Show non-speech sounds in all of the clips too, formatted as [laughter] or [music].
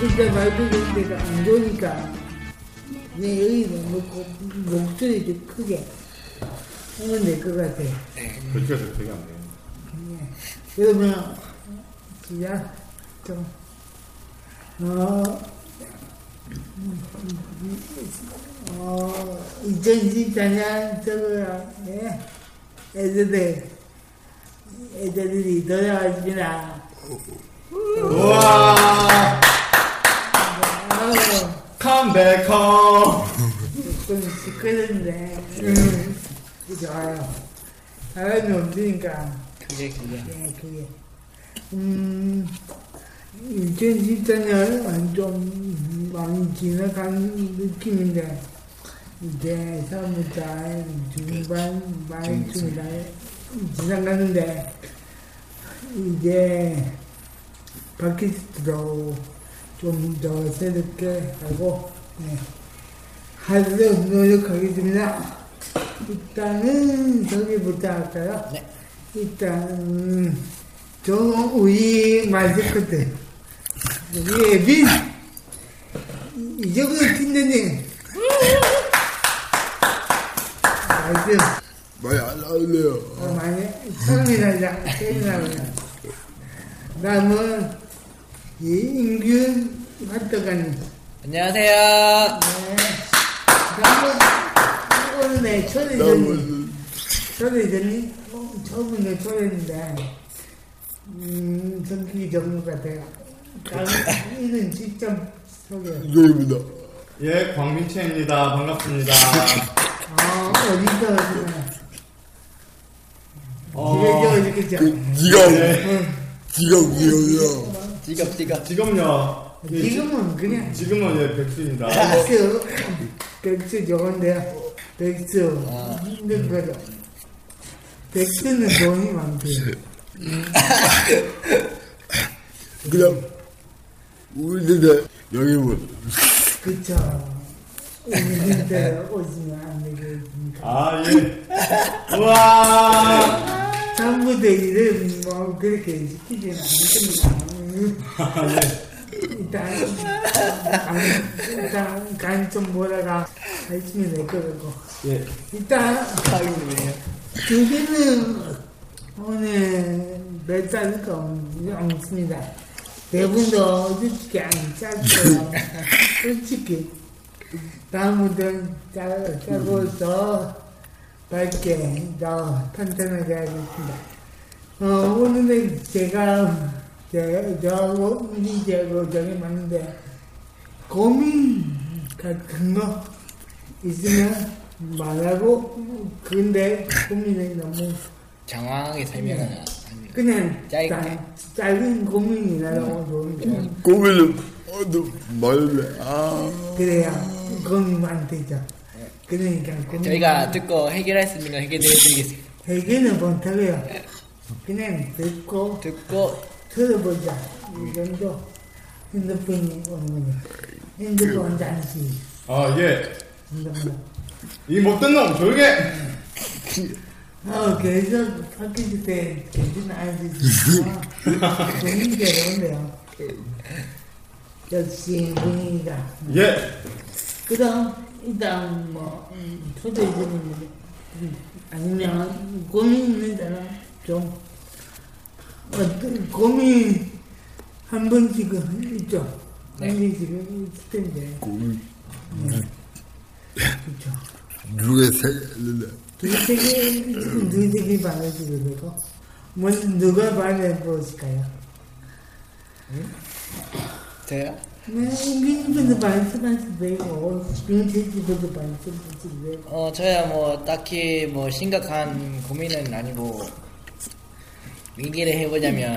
일단 말도 그러니까 내가 안 좋으니까 내 여기도 놓고 목소리 좀 크게 하면 될 것 같아. 네. 거기가 네, 되게 안 돼요. 그러면 그냥 좀 어, 어, 2014년 저거야 예. 애들들 애들이 돌아가시나 우와! 아우 컴백 컴! 좀 시끄러운데 음, 좋아요 사람이 없으니까 그게 그게. 네 그게 음 2014년 좀 많이 지나간 느낌인데 이제 3월달 중반 말쯤이날 지나갔는데 이제 팟캐스트로 좀 더 새롭게 하고 네. 하려고 노력하겠습니다. 일단은 저기부터 할까요? 일단 저 우리 마스코트 우리 빈 이적을 틴다니 나이스 많이 안 나올래요. 어, 많이 사람이 달라 세미나보다 다음은 이 임균 활동가님 안녕하세요. 네. 다음은 오늘 내 초대전이 초대전이 처음인데 초대인데 음 성격이 좋은 것 같아요 다음 이는 직접 소개 이거입니다. 예, 광민채입니다. 반갑습니다. 아 어디서 하시나요? 기획적으로 그, 이렇게 니가, 니가 우겨요. 지갑 지갑. 그러니까 지금요. 예, 지금은 그냥 지- 지금은 예, 백수입니다. 백수 백수 좋은데요 백수 힘든 거죠 백수는 돈이 많대요 그냥, 우리 세대 영입을. 그쵸 우리 힘들어 오시면 안 되겠습니까 아, 예. 우와! 전부 대기를 뭐 그렇게 시키진 않습니다. 일단 간, 일단 간좀 몰아가 하시면 될 거고. 예. 일단 여기는 오늘 몇 달이가 없습니다. 대부분도 솔직히 안 짰어요. 솔직히 다음부터는 짜- 짜고 더 밝게 더 탄탄하게 하겠습니다. 어, 오늘은 제가 제- 저하고 우리 제하고 저기 맞는데 고민 같은 거 있으면 말하고 근데 고민이 너무 장황하게 설명하나. 아니, 그냥 짧게. 짜- 짧은 고민이라고 좋은데 고민을, 어, 너, 말래. 아, 그래야 고민 안 되죠. 그러니까 고민 저희가 듣고 해결할 수 있는 거 해결해드리겠습니다. 대개는 못하고요. 그냥 듣고 듣고 들어보자. 이 정도 핸드폰이 오는 거죠. 핸드폰 잠시 그- 아, 예. 핸드폰. 이 못된 놈, 조용히 해! 아, 계속 학교 때 계속 [laughs] 나아지시구나. 분위기가 좋네요. 역시 분위기가. 예. 그럼 일단 뭐 음, 초대해주는데 음, 아니면 고민 있는 사람 좀 어떤 고민 한 번씩은 있죠 네. 한 번씩은 있을 텐데 고민. 그렇죠 누가 생겼는데 되게 되게 되게 많아지게 되고 먼저 누가 말해 보실까요? 저요? 네, 인근도 말씀하시면 되고 인체지도 말씀하시면 되고 어, 저야 뭐 딱히 뭐 심각한 고민은 아니고 얘기를 해보자면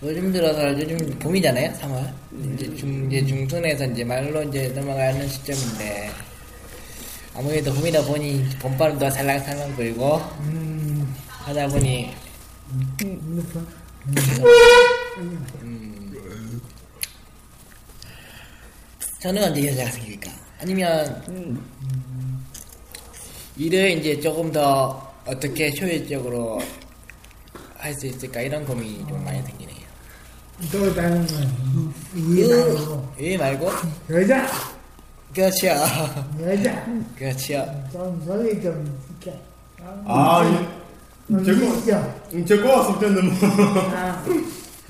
뭐 요즘 들어서 요즘 봄이잖아요, 3월. 이제 중 이제 중순에서 이제 말로 이제 넘어가는 시점인데 아무래도 봄이다 보니 봄바람도 살랑살랑 불고 음. 하다 보니 저는 언제 여자가 생길까? 아니면 일을 이제 조금 더 어떻게 효율적으로 할 수 있을까 이런 고민이 좀 많이 생기네요. 또 다른 음. 건그 이해하고 일 말고 여자 그렇죠, [laughs] 여자 그렇죠. 좀 소리 좀 시켜 아, 예. 제거, 시켜 제거 왔을 때는 뭐. 아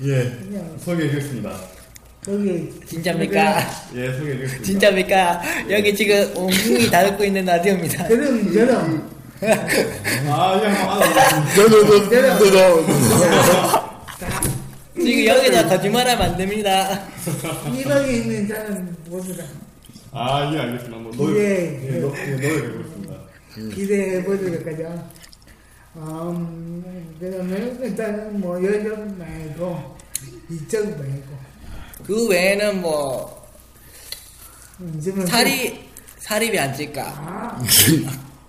예. 소개해드렸습니다. 여기 진짜입니까? 네. 예, 소개해드렸습니다. [laughs] 진짜입니까? 여기 지금 엉덩이 다듬고 있는 라디오입니다. 그럼 저럼 아, 그냥 받아봤습니다. 지금 여기다 거짓말하면 안 됩니다. 이방에 있는 사람 모두 다 아, 예, 알겠습니다. 한번 노력, 예. 예, 노, 예, 노력해보겠습니다. 음. 기대해 보도록 하죠. 음, 그러면 일단은 뭐 여자 말고 이쪽 말고 그 외에는 뭐 음, 지금 살이 살이 왜 안 찔까? 아,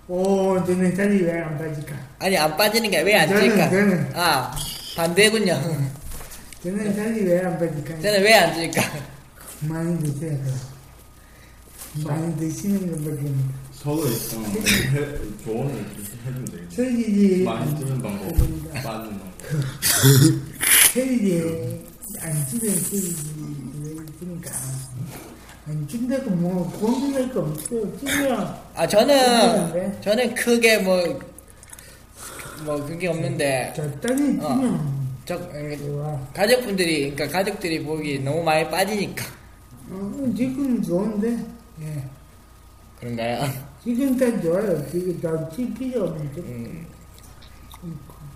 오 너는 살이 왜 안 빠질까? 아니 안 빠지는 게 왜 안 저는, 찔까? 저는. 아 반대군요. 너는 살이 왜 안 빠질까? 저는 왜 안 찔까? 많이 드세요. 그럼. 많이 드시는 것밖에 없는데. 저도 있으면 해- 조언을 좀 해주면 되겠죠. 체질이 많이 쓰는 방법, 많은 방법. 체질이 안 찌는 체질이 있으니까 안 찐다고 뭐 고민할 거 없어요. 찌면 아 왜? 저는 저는 크게 뭐 뭐 그게 없는데 적당히 어. 찌면 저 음, 좋아. 가족분들이 그러니까 가족들이 보기 너무 많이 빠지니까 어, 지금 좋은데, 예. 그런가요? 지금 다 좋아요. 지금 다칠 필요 없는데. 음.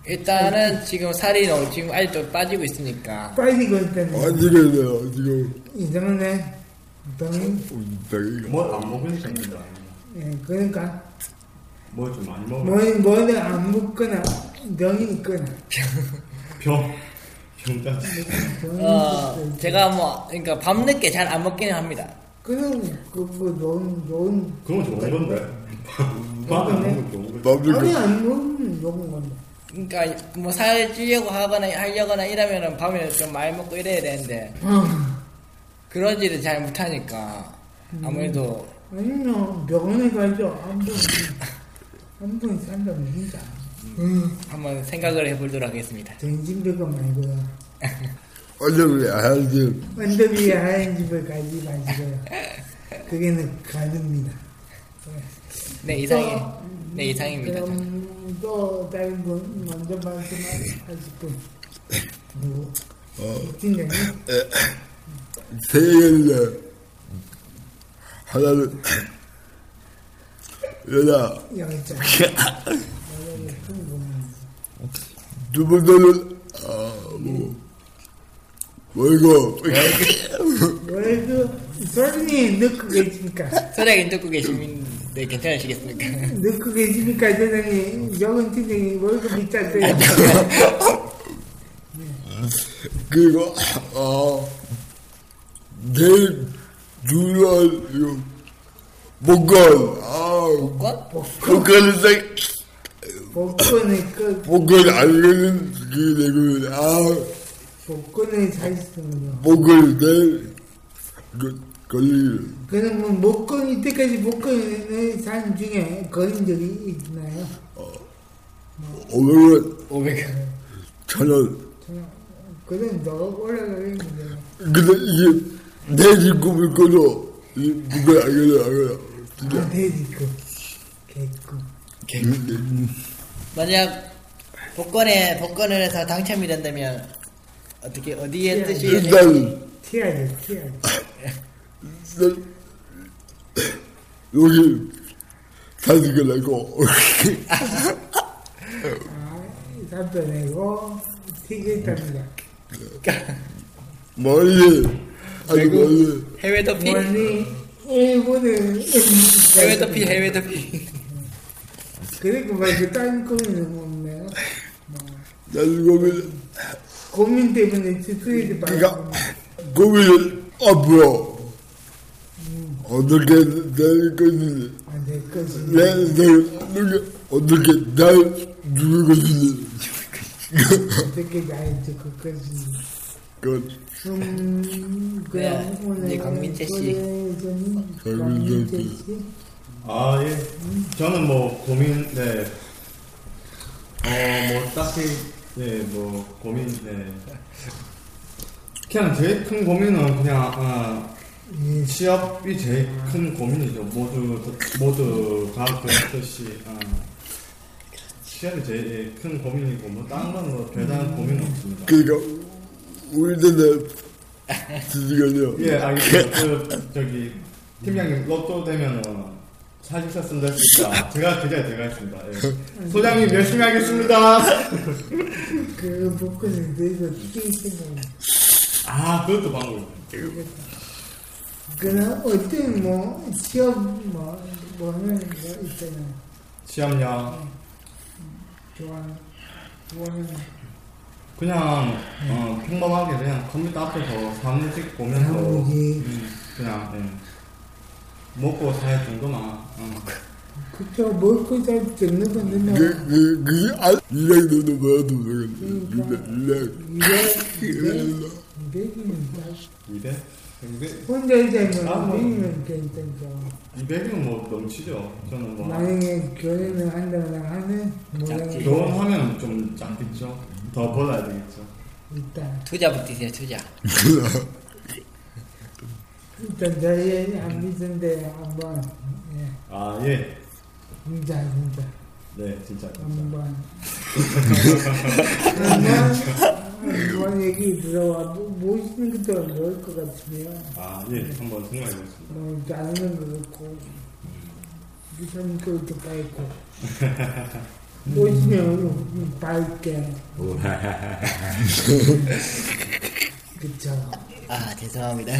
일단은 지금 살이 너무 지금 아직도 빠지고 있으니까 빨리 건다네. 어. 안 되겠네요 지금 어, 이상하네. 병, 우리 뭘 안 먹으니까 그런 거 예, 그러니까. 뭘좀 많이 먹어. 뭐, 뭐를 안 묻거나, 병이 있거나. 병, 병까지. 병이 어 있어요. 제가 뭐 그러니까 밤 늦게 잘 안 먹기는 합니다. 그럼, 그, 그, 음. 좋은, 좋은. 그건 좋은 건데. 아, 네. 밥안 먹는 게 좋은 밤에 건데. 남들 안 먹으면 좋은 건데. 그러니까 뭐 살을 찌려고 하거나 하려거나 이러면은 밤에 좀 많이 먹고 이래야 되는데 아, 음. 그러지를 잘 못하니까 아무래도 아니요. 병원에 가죠. 한 번, 한 번 산다면 진짜. 음. 한번 생각을 해보도록 하겠습니다. 정신병원 말고요. 완전 알지 완전 위에 하얀 집을 가지 마시고요. 그게는 가능입니다. 네 이상해. 네 이상입니다. 저는. 어. 그럼 또 다른 분 먼저 말씀하실 분 누구? 어. 팀장님? 세 개인데 하나는 [clears throat] 여자 여기 있죠. 두 번째는 아뭐 뭐 월급 월급 소름이 넣고 계십니까? 소장님 듣고 계시면 네 괜찮으시겠습니까? [laughs] 넣고 계십니까? 소장님 여은 팀장님 월급이 짰어요. 그리고 아 내일 주일 목건 아 권? 목건은 생 복권을 그 목건 알겠는 그게 되고 아 복권을 사시는군요. 목을 내일 그 걸리 그럼 뭐 목건 이때까지 목건을 산 중에 거린 적이 있나요? 오늘은 500. 천원 그건 더 올라가는 거죠. 근데 이게 내일 꿈을 꿔도 이 목을 알겠는 알겠는 아, 돼지급. 개급. 만약 복권에 복권을 해서 당첨이 된다면 어떻게 네. 어디에 네. 뜻이 일단 티아죠, 티아죠. 일단 여기 가지고라고 답변내고 튀길 겁니다. 멀리 아주 외국 멀리 해외 도피 원리 일본은 해외 도피 해외 도피 [laughs] 그리고 말고 다른 고민은 없네요. 나는 고민을 고민 때문에 스트레스 그러니까 받고 고민을 앞으로 어떻게 될 것인지 안될 것이 내 생각을 어떻게 날 죽을 것인지 어떻게 나이 듣고 것이 그건 음 그냥 네, 오늘 네, 강민재 씨. 오늘은 강민재 강민재 씨. 씨 아, 예. 저는 뭐, 고민, 네. 어, 뭐, 딱히, 네, 뭐, 고민, 네. 그냥 제일 큰 고민은 그냥, 아, 이 취업이 제일 큰 고민이죠. 모두, 모두 다 그랬듯이, 아, 취업이 제일 큰 고민이고, 뭐, 다른 건뭐 대단한 고민은 없습니다. 그러니까 우리들은 지지거든요 예, 알겠습니다. 그, 저기, 팀장님, 로또 되면은, 사십사 쓴다 했습니다. 제가 드려야 제가 했습니다. 예. 소장님, 열심히 하겠습니다. 그 복근을 들고 뛰시는 아, 그것도 방법. 그런 어떤 뭐 취업 뭐뭐 하는 거 있잖아요 취업력. 좋아하는 좋아하는 그냥, 어, 평범하게 그냥 컴퓨터 앞에서 사무직 보면서, 사무직. 음, 그냥, 예. 먹고 살 정도만. 어. 그쵸 먹고 잘 듣는 건데 그, 그, 그게 아, 일량 돈도 받아도 되거든요. 이게 이백입니다 200? 200? 혼자 있으면 아, 뭐. 아니면 괜찮죠 200이면 뭐 넘치죠. 저는 뭐. 만약에 결혼을 한다거나 하는 모양이 결혼하면 좀 작겠죠. 더 벌어야 되겠죠. 있다 투자 붙이세요 투자 일단 저희 안 믿은데 한번 예 아, 예. 진짜 진짜 네, 진짜. 진짜. 한번 한번 한번 얘기 들어와 모시는 것도 어려울 것 같으면 아, 예, 한번 생각해보겠습니다. 뭐 자르는 거 같고 무슨 것도 밝고 모시면 밝게 그쵸 아 죄송합니다 [laughs]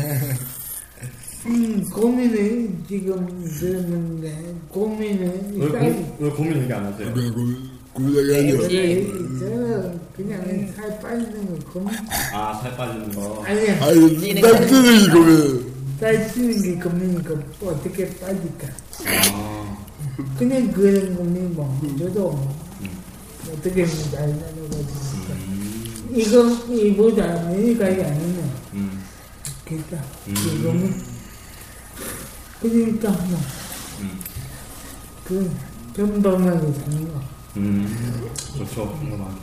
음 고민을 지금 들었는데 고민을 왜, 쌓이 어, 고, 왜 고민 얘기 안 아, 하세요? 네. 고민하게 원래 저 그냥 살 빠지는 거 고민 아, 살 빠지는 거. 아니 야 아니, 딱 뜨는 이 고민. 빠지는 게 고민이니까 어떻게 빠질까 아, 그냥 그런 고민 뭐 저도 어떻게 잘 나눠가지니까 이거 이보다 내가이 아니면 음. 그니까 이거는 그러니까 뭐그 평범하게 사는 거 음. 좋죠, 궁금하게.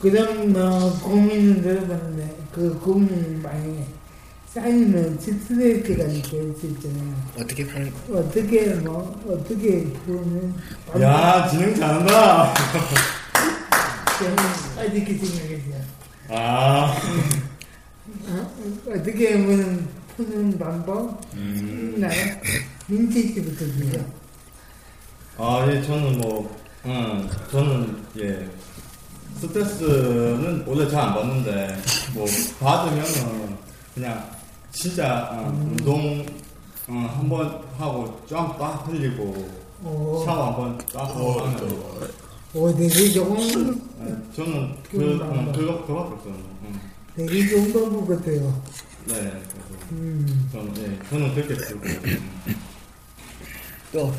그다음 뭐 고민을 들어봤는데 그 고민이 만약에 쌓이면 스트레스가 느껴질 수 있잖아요 어떻게 풀 어떻게 뭐 어떻게 그러면 야, 진행 잘한다! [laughs] 어떻게 생각했어요? 아, 어? 어떻게 하면 푸는 방법 있나요? 민지 씨부터 주세요. 아, 예, 저는 뭐, 음, 저는, 예, 스트레스는 원래 잘 안 받는데, 뭐, 받으면은, 그냥, 진짜, 어, 운동, 어, 한번 하고, 쫙딱 흘리고, 오, 샤워 한번 딱 하고 하면, 오 되게 좋은 네, 저는 그, 그건 음, 맞다. 그거, 그거밖에 없어요. 음. 되게 좋은 방법 같아요. 네, 그래서 음, 저는, 예, 저는 그렇게 쓰고. 음. 또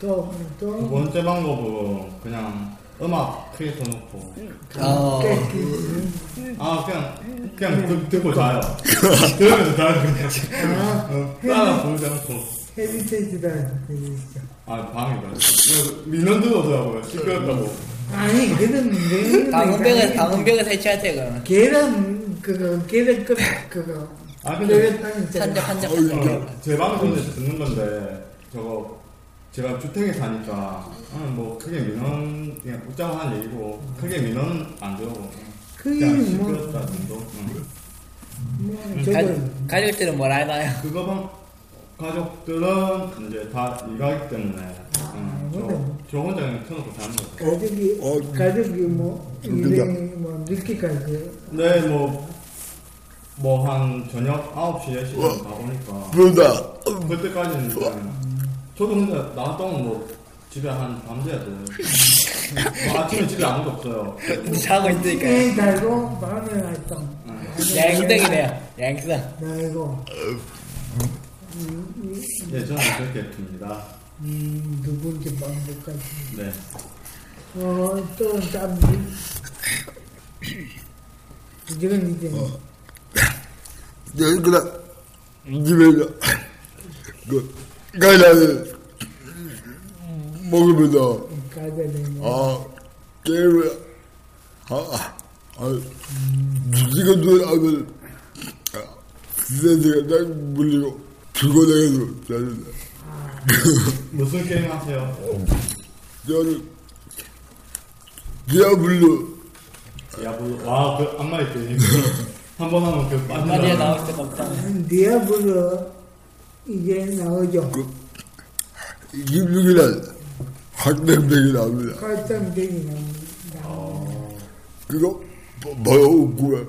또, 두 또, 번째 방법은 그냥 음악 크게 써놓고. 어, 네. 아, 그냥, 그냥 듣, 듣고 자요. 들으면서 자요, 그냥. 어, 따라 부르지 않고. 헤비테이지다. 그러니까. 아, 밤이다. 그래서 민원도 오더라고요. 시끄럽다고. 아니, 그런 내용은 방음벽을 아니잖아요. 방음벽을 설치하세요 그러면 계란, 그거, 계란 껍, 그거. 아, 근데 계란빵 산적 있잖아. 산적 어, 제 방송에서 듣는 건데 저거 제가 주택에 사니까 음, 뭐 크게 민원 그냥 웃자고 하는 얘기고 크게 민원은 안 들어오고 그게 그냥 뭐, 시끄럽다 정도 음. 뭐, 저도 가족 가족들은 뭘 알나요? [laughs] 그거 방 가족들은 이제 다 일하기 때문에 음, 저, 저 혼자 그냥 켜놓고 자는 거죠. 가족이 어, 가족이 뭐 힘들다. 일행이 뭐 늦게까지 네, 뭐, 뭐, 한 저녁 9시, 10시에 가보니까. 그러다 그때까지는 그냥. 저도 혼자 나갔던 뭐, 집에 한 밤새야 돼요. 뭐 아침에 집에 아무도 없어요. 자고 있으니까. 깨 달고 밤에 왔던 네. 양성이네요. 양성. 날고 예, 저는 그렇게 했습니다. 음, 누군지 방법까지 네. 어또 땀이 이건 이제 어. 내가 그냥 집에서 그 과자를 먹으면서 가자는 아 게임을 아, 아아 지금도 아들 세대가 딱 물리고 피곤해가지고 저는 무슨 게임 하세요? 저는 디아블로 야구. 와, 그, 악마의 게임. 한 번 하면 그, 빠져 빠지는 나올 수가 없다. 디아블로 이제 나오죠. 26일날 학생들이 나옵니다 칼땀 되기 나옵니다. 그거 뭐- 뭐라고 구해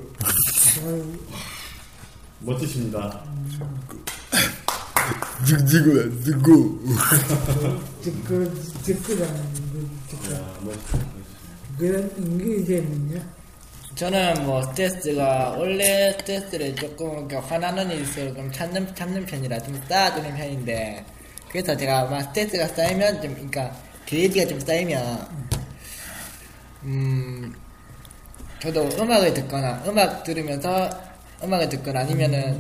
멋지십니다. 직지구야 직구 듣고 듣고 나는 듣고 야, 아, 멋지다. 그런 인기 재밌냐? 저는 뭐 스트레스가 원래 스트레스를 조금 그러니까 화나는 일 있어요. 좀 참는 참는 편이라 좀 쌓아두는 편인데 그래서 제가 아마 스트레스가 쌓이면 좀 그러니까 드레지가 좀 쌓이면 음 저도 음악을 듣거나 음악 들으면서 음악을 듣거나 아니면은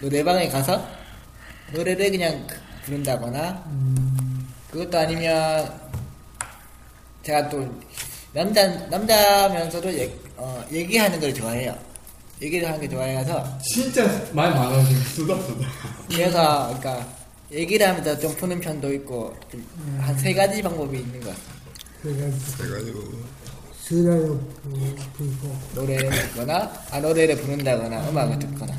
뭐 노래방에 가서 노래를 그냥 그- 부른다거나 그것도 아니면 제가 또 남자 남자면서도 얘, 어, 얘기하는 걸 좋아해요. 얘기를 하는 게 좋아해서 진짜 말 많아지고 수다수다. 그래서 음. 그러니까 얘기를 하면서 좀 푸는 편도 있고 그 음. 한 세 가지 방법이 있는 것 같아요. 그래가지고 그래가지고 수다로 부- 불고 노래를 듣거나 아 노래를 부른다거나 음악을 듣거나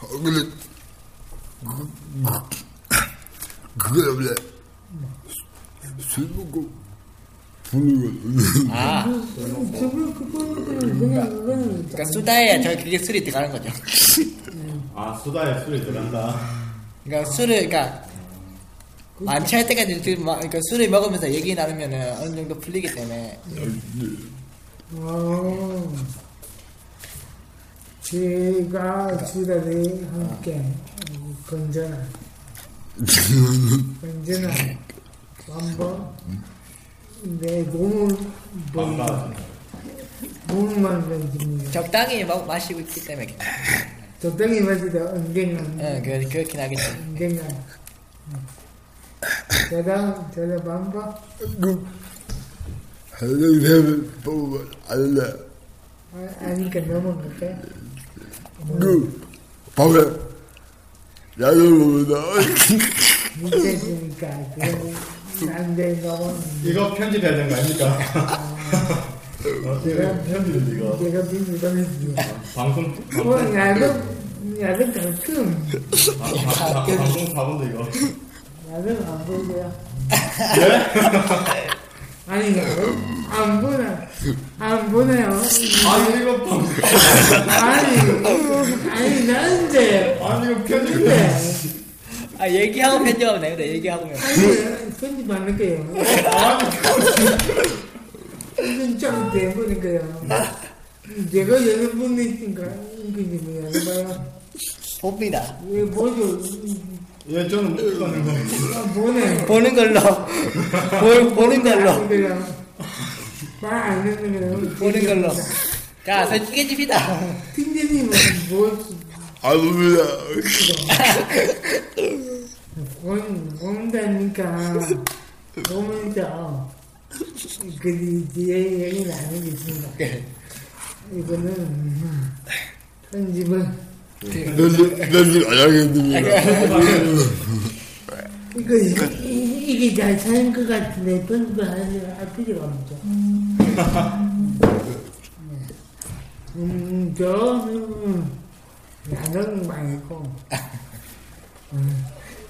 어, 근데 그- 그- 그게 원래 술 먹고 부르거든 아 그걸 그거는 그냥 그거는 그러니까 수다에 저 그게 술이 들어가는 거죠. 아, 수다에 술이 들어간다. 그러니까 술을 그러니까 그렇죠. 안 취할 때까지 술 마- 그러니까 술을 먹으면서 얘기 나누면은 어느 정도 풀리기 때문에 어 제가 수다를 함께 어, 건전한 건전한 방법 내 몸을 반가. 몸만 건집니다. 적당히 먹, 마시고 있기 때문에 적당히 마시다 언젠가 응 그, 그렇긴 하겠지. 언젠가 저랑 저랑 방법 그 사람을 보면 알래 아, 아니까 넘어갈까요? 그 밤에 야를 먹는다 문제니까 난데 넘어 이거 편집해야 되는 거 아닙니까? 어떻게 편집을 이거. 내가 비밀감이지. 방송 뭐 방송 나는 나는 가끔 방- 방송 가본데 이거 나는 안 보고요. 아니 나는 안 보나 안 보네요. 아니 이거 방송 아니 아니 나는데 아니 이거 편집 근데 아 얘기하고 편집하면 돼 그래 얘기하고면 아니 편집 안 할게요. 이건 좀 대보니까요. 내가 여러분이니까 이게 뭐야 봐요. 봅니다 왜 보죠? 예 저는 못 가는 거 아, 보네. 보는 걸로 보, 보는 걸로 그래요. 말안 듣는 거예요. 보는 걸로 자 솔직히 집이다 팀장님은 뭐 [laughs] 안 옵니다 본, 본다니까 보면서 그 뒤에 얘기 나누고 있습니다. 이거는 편집은 난난안 하겠습니다 이거 이- 이- 이게 잘 사는 것 같은데 편집하는 할 필요가 없죠. 음, 저, 음, 나는 말고,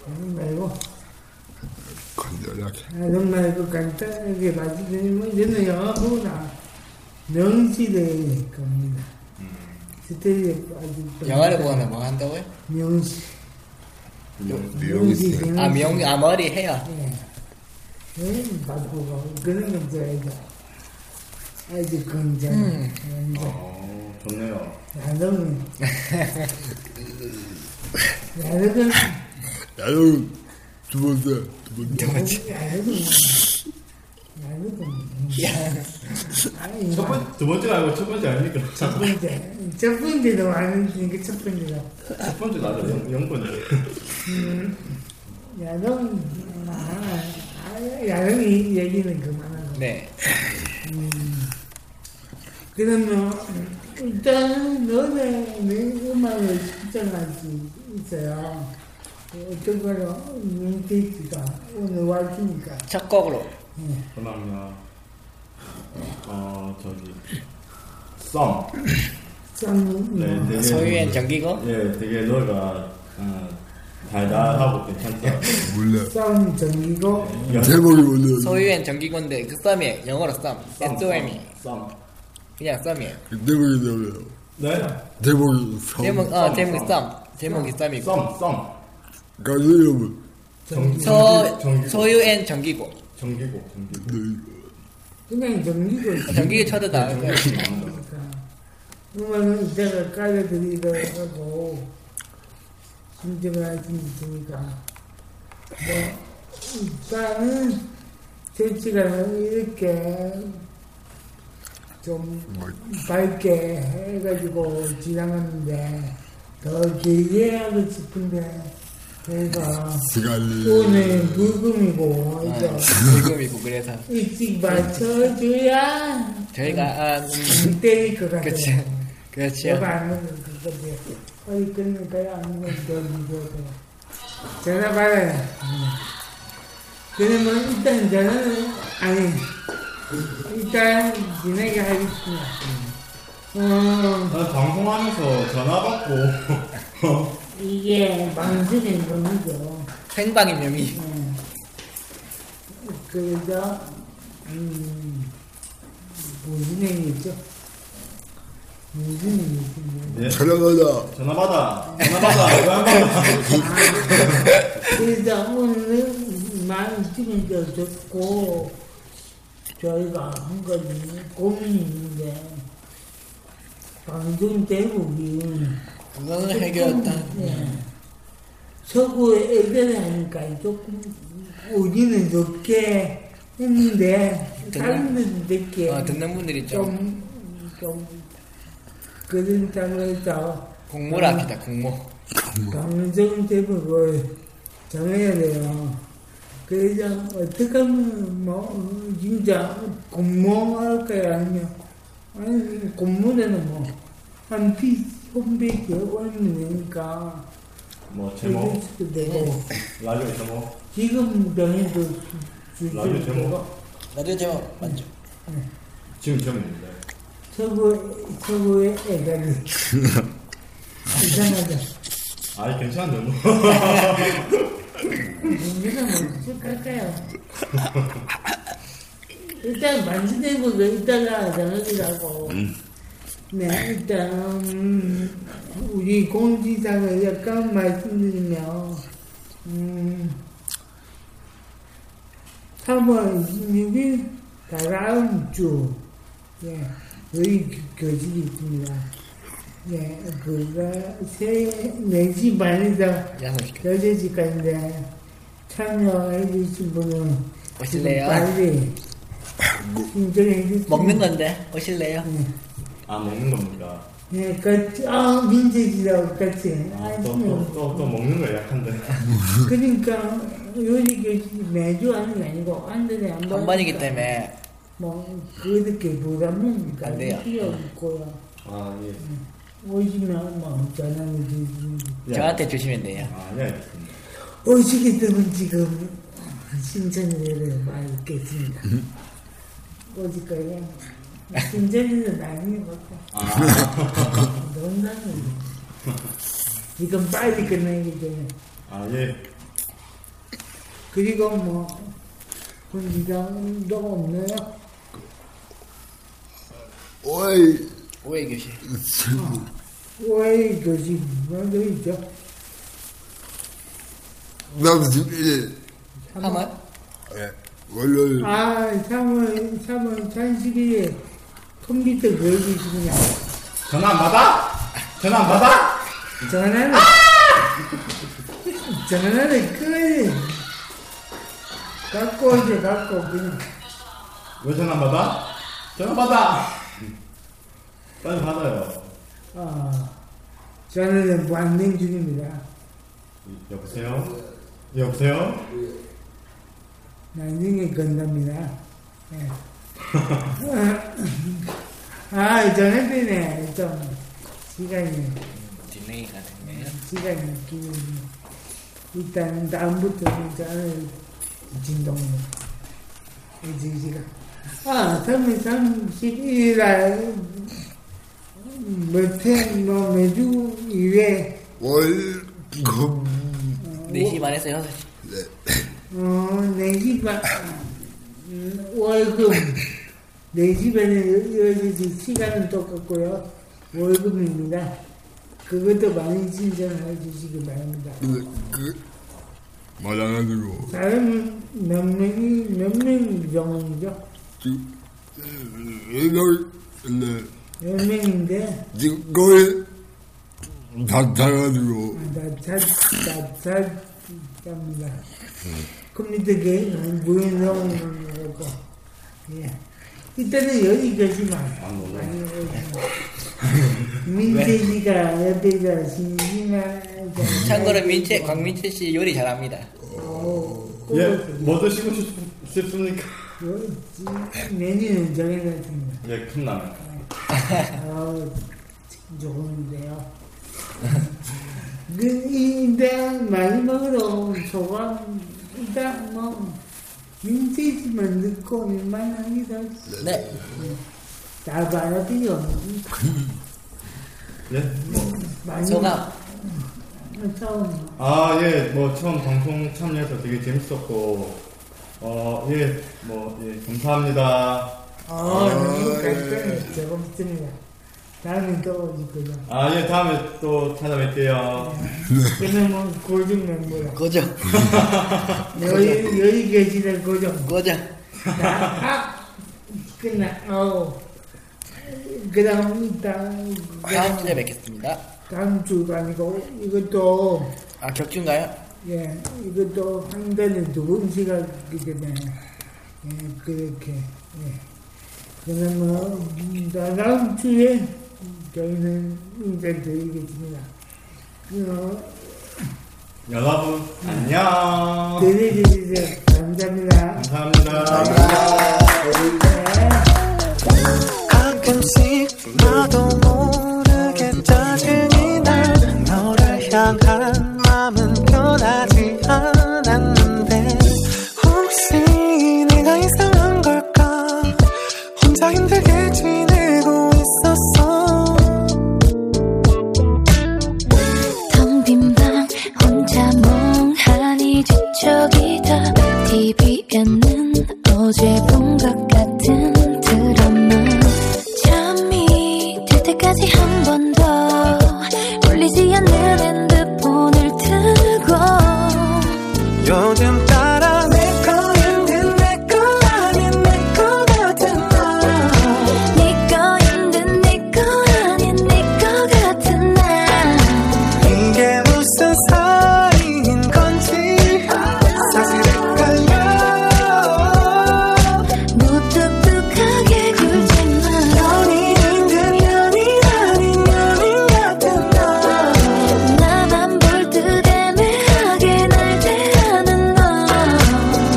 그런 말고 간절하게. 그런 말고 간단하게 맞으면 뭐 이제는 영화 보나 명시대회일 겁니다. 그때 이제 아주 영화를 보거나 뭐 한다고요? 명시 미용이 있어요. 아 미용 아 머리 헤어 네, 맞고 가고 그런 건 좋아해요. 아주 건장. 음. 어, 좋네요. 나는 나는 나는 두 번째, 두 번째. 나는 나는 아니 첫 번째, 두 번째 말고 첫 번째 아닙니까? 첫 번째 첫 번째도 많은 게첫 번째다. 첫 번째 나도 영, 영권이에요. 야동 아, 아, 야동 이 얘기는 그만하고 네 그러면 일단 너네 내 음악을 신청할 수 있어요. 어떤 거로 민테이지가 오늘 왔으니까 첫 곡으로 그러면, 어, 저기, 썸. 좀 네, 되게, 아, 소유엔 정기고 예, 되게 노래가, 어, 달달하고 괜찮다. 몰라. 싸움 정리고 제목이 몰라. 소유엔 정기고인데 그 썸이에요 영어로 썸 S O M이 썸. 그냥 썸이에요 제목이 뭐예요? 네? 제목이 뭐 성. 제목 어 썸, 제목이 썸. 썸 제목이 썸이고 썸, 썸. 가수 이름은 정, 소 정기고. 소유엔 정기고 정기고, 정기고. 그냥 정리고 있어. 정기고 쳐도 다 음악은 이따가 깔려드리기도 하고 신청을 할수 있으니까 뭐 일단은 제치가 이렇게 좀 밝게 해가지고 지나갔는데 더 길게 하고 싶은데 제가 시간이. 오늘 불금이고 네. 이제 불금이고 아, 그래서 일찍 맞춰줘야 저희가 아, 음, 그렇죠. 때릴 것 같아요. 그치 그렇지요 제가 안 하는 그건데 어디 끊으니까요 안 하는 거죠. 전화 받아요. 그러면 일단 전화는 아니 일단 지내게 하겠습니다. 어 나 방송하면서 전화 받고 [laughs] 어, 이게 방송의 놈이죠. 생방이념이 그래서 음 무슨 얘기죠? 무슨 얘기죠? 사랑하다. 전화 받아 전화 받아 전화 받아 그래서 오늘 많이 찍은데 좋고 저희가 한 가지 고민이 있는데 방송 대국이 그거는 해결했다 서구 애들 하니까 조금 우리는 높게 했는데 다른 데는 늦게 어, 듣는 분들이 좀 좀, 좀 그런 점에서 공모를 합시다 공모 방송 제목을 정해야 돼요. 그래서 어떻게 하면 뭐 진짜 공모할 거야 아니면 아니 공모는 뭐, 뭐한피 홈페이지에 올리면 되니까 뭐 그럴 제목 수도 되고 라디오 제목 지금 정해도 라디오 주실 제목 거고 라디오 제목 맞죠 지금 제목인데 서구 서구의 애가리 [laughs] 이상하다. 아이 괜찮은데 뭐 문제가 뭐지? 갈까요? 일단 만지내고 이따가 나가기라고. 네, 일단 음, 우리 공지사항을 약간 말씀드리면 음, 3월 26일 다음 주 예, 저희 교- 교실이 있습니다. 예, 그가 세, 4시 반에서 야성시켜 여덟 시까지인데 참여해 주신 분은 오실래요? 빨리 신청해 주세요. 먹는 건데 오실래요? [laughs] 아 먹는 겁니까 네, 같이 아 민재지라고 같이. 아, 아니, 또또 또 또 먹는 거 약한데 그러니까 요리 교실 매주 하는 게 아니고 한 달에 한 번. 그러니까 한 번이기 때문에 뭐 그렇게 부담이니까 안 돼요. 필요 없고요. 아예 오시면 뭐 전화를 주시면 저한테 주시면 돼요 아예 알겠습니다 오시게 되면 지금 신천지를 많이 있겠습니다. 오실 거예요. 신천지는 아닌 것 같아. 농담이에요. 지금 빨리 끝내기 전에 아, 예. 그리고 뭐 군기장도 없네요. 오이 오해 교실. 왜 이것이 뭐가 있죠? 남집이 사말? 예, 월요일 아, 3월, 3월 찬식이 컴퓨터 교육이시구나. 전화 안 받아? 전화 안 받아? 전화는, 전화는 끄 갖고 오죠, 갖고 오죠. 왜 전화 안 받아? 전화 받아! 빨리 받아요. 아, 저는 완능 중입니다. 여보세요? 여보세요? 나중에 건답니다. 예. [laughs] 아, 전화되네. 좀, 시간이, 딜레이가 됐네요. 시간이 길네. 일단, 다음부터는 저는 진동으로. 지지가. 아, 3월 31일 날, 몇해, 뭐, 매주 이외, 월금 4시 반에서 6시. 어, 내 집안, 월급. 내 집에는 여기 시간은 똑같고요. 월급입니다. 그것도 많이 신청해 주시기 바랍니다. 그 말아가지고 다른 몇 명이, 몇 명 정도죠? 지금 네 몇 명인데, 지금 거의 다 타가지고 나 차, 나 차, 잡니다. 컴퓨터 게임, 무인성으로 고 예. 이때는 여기 계시면 아니, 뭐, 민재씨가 옆에서 신신한 참고로 민채, 광민채 씨 요리 잘합니다. 예, 뭐 드시고 싶- 싶습니까? 메뉴는 정해놨습니다. 예, 큰 라면. 어, 좋은데요. 그, 일단 마지막으로 소감, 일단 뭐, 민지지만 넣고 웬만합니다. 네. 다 바라비요. 예, 뭐. 많이 소감. 처음. 아, 예, 뭐, 처음 방송 참여해서 되게 재밌었고, 어, 예, 뭐, 예, 감사합니다. 어, 아, 갈등 조금 있습니다. 다음에 또 오실 거죠. 아, 예, 다음에 또 찾아뵐게요. 그러면 뭐, 고정 멤버야. 고정. 여기, 여기 계시는 고정. 아, 고정. [laughs] 끝나. 어. 그다음 다음 다음 주에 뵙겠습니다. 다음 주가 아니고 이것도 아, 격주인가요? 예 이것도 한 달에 두 번씩 하기 때문에 예 그렇게 예 그러면 음, 다음 주에 저희는 인사드리겠습니다. 어, 여러분, 안녕. 내려주세요. 감사합니다. 감사합니다. 가끔씩 나도 모르게 짜증이 날 너를 향한 마음은 변하지 않았는데 혹시 내가 이상한 걸까 혼자 힘들게 지내고 있었어 텅 빈 방 혼자 멍하니 지쳐기다 TV에는 어제 본 것 같은 드라마 잠이 들 때까지 한 번 더 울리지 않는 핸드폰을 트고 요즘 따라 내거 힘든 내거 아닌 내거 같은 나 네거 힘든 네거 아닌 네거 같은 날 이게 무슨 사이인 건지 사실 헷갈려 무뚝뚝하게 굴지 마 연이 힘든 연이 아닌 연인 같은 나 나만 볼 듯 애매하게 날 대하는 너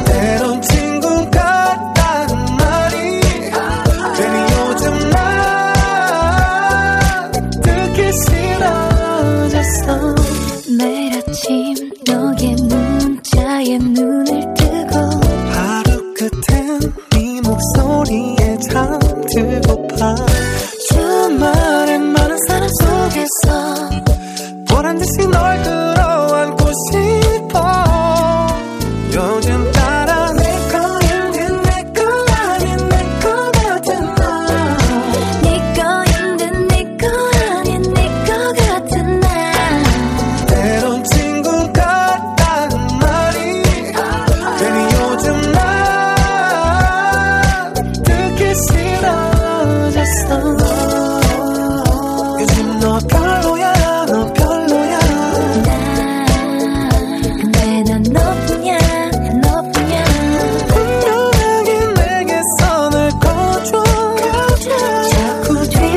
때론 친구 같다는 말이 괜히 요즘 나 듣기 싫어졌어 매일 아침 너의 문자에 눈을 뜨고 하루 끝엔 네 목소리에 잠들고파 주말엔 많은 사람 속에서 보란 듯이 널 끌어안고 싶어 네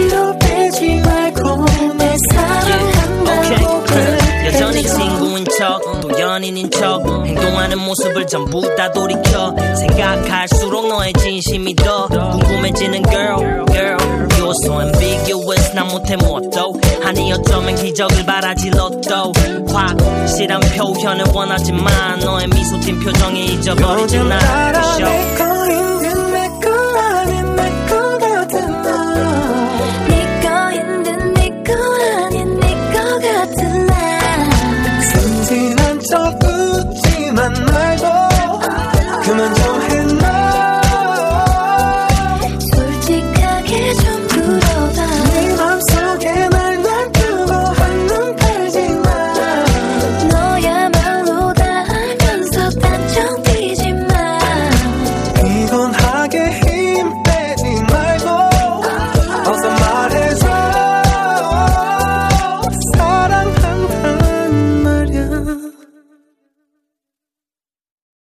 그렇죠. 전부 다 돌이켜 생각할수록 너의 진심이 더 궁금해지는 girl girl You're so ambiguous 난 못해 무엇도 아니 어쩌면 기적을 바라지 로또 확실한 표현을 원하지만 너의 미소 띈 표정이 잊어버리지 요즘 나 따라 For sure. 내 거인 네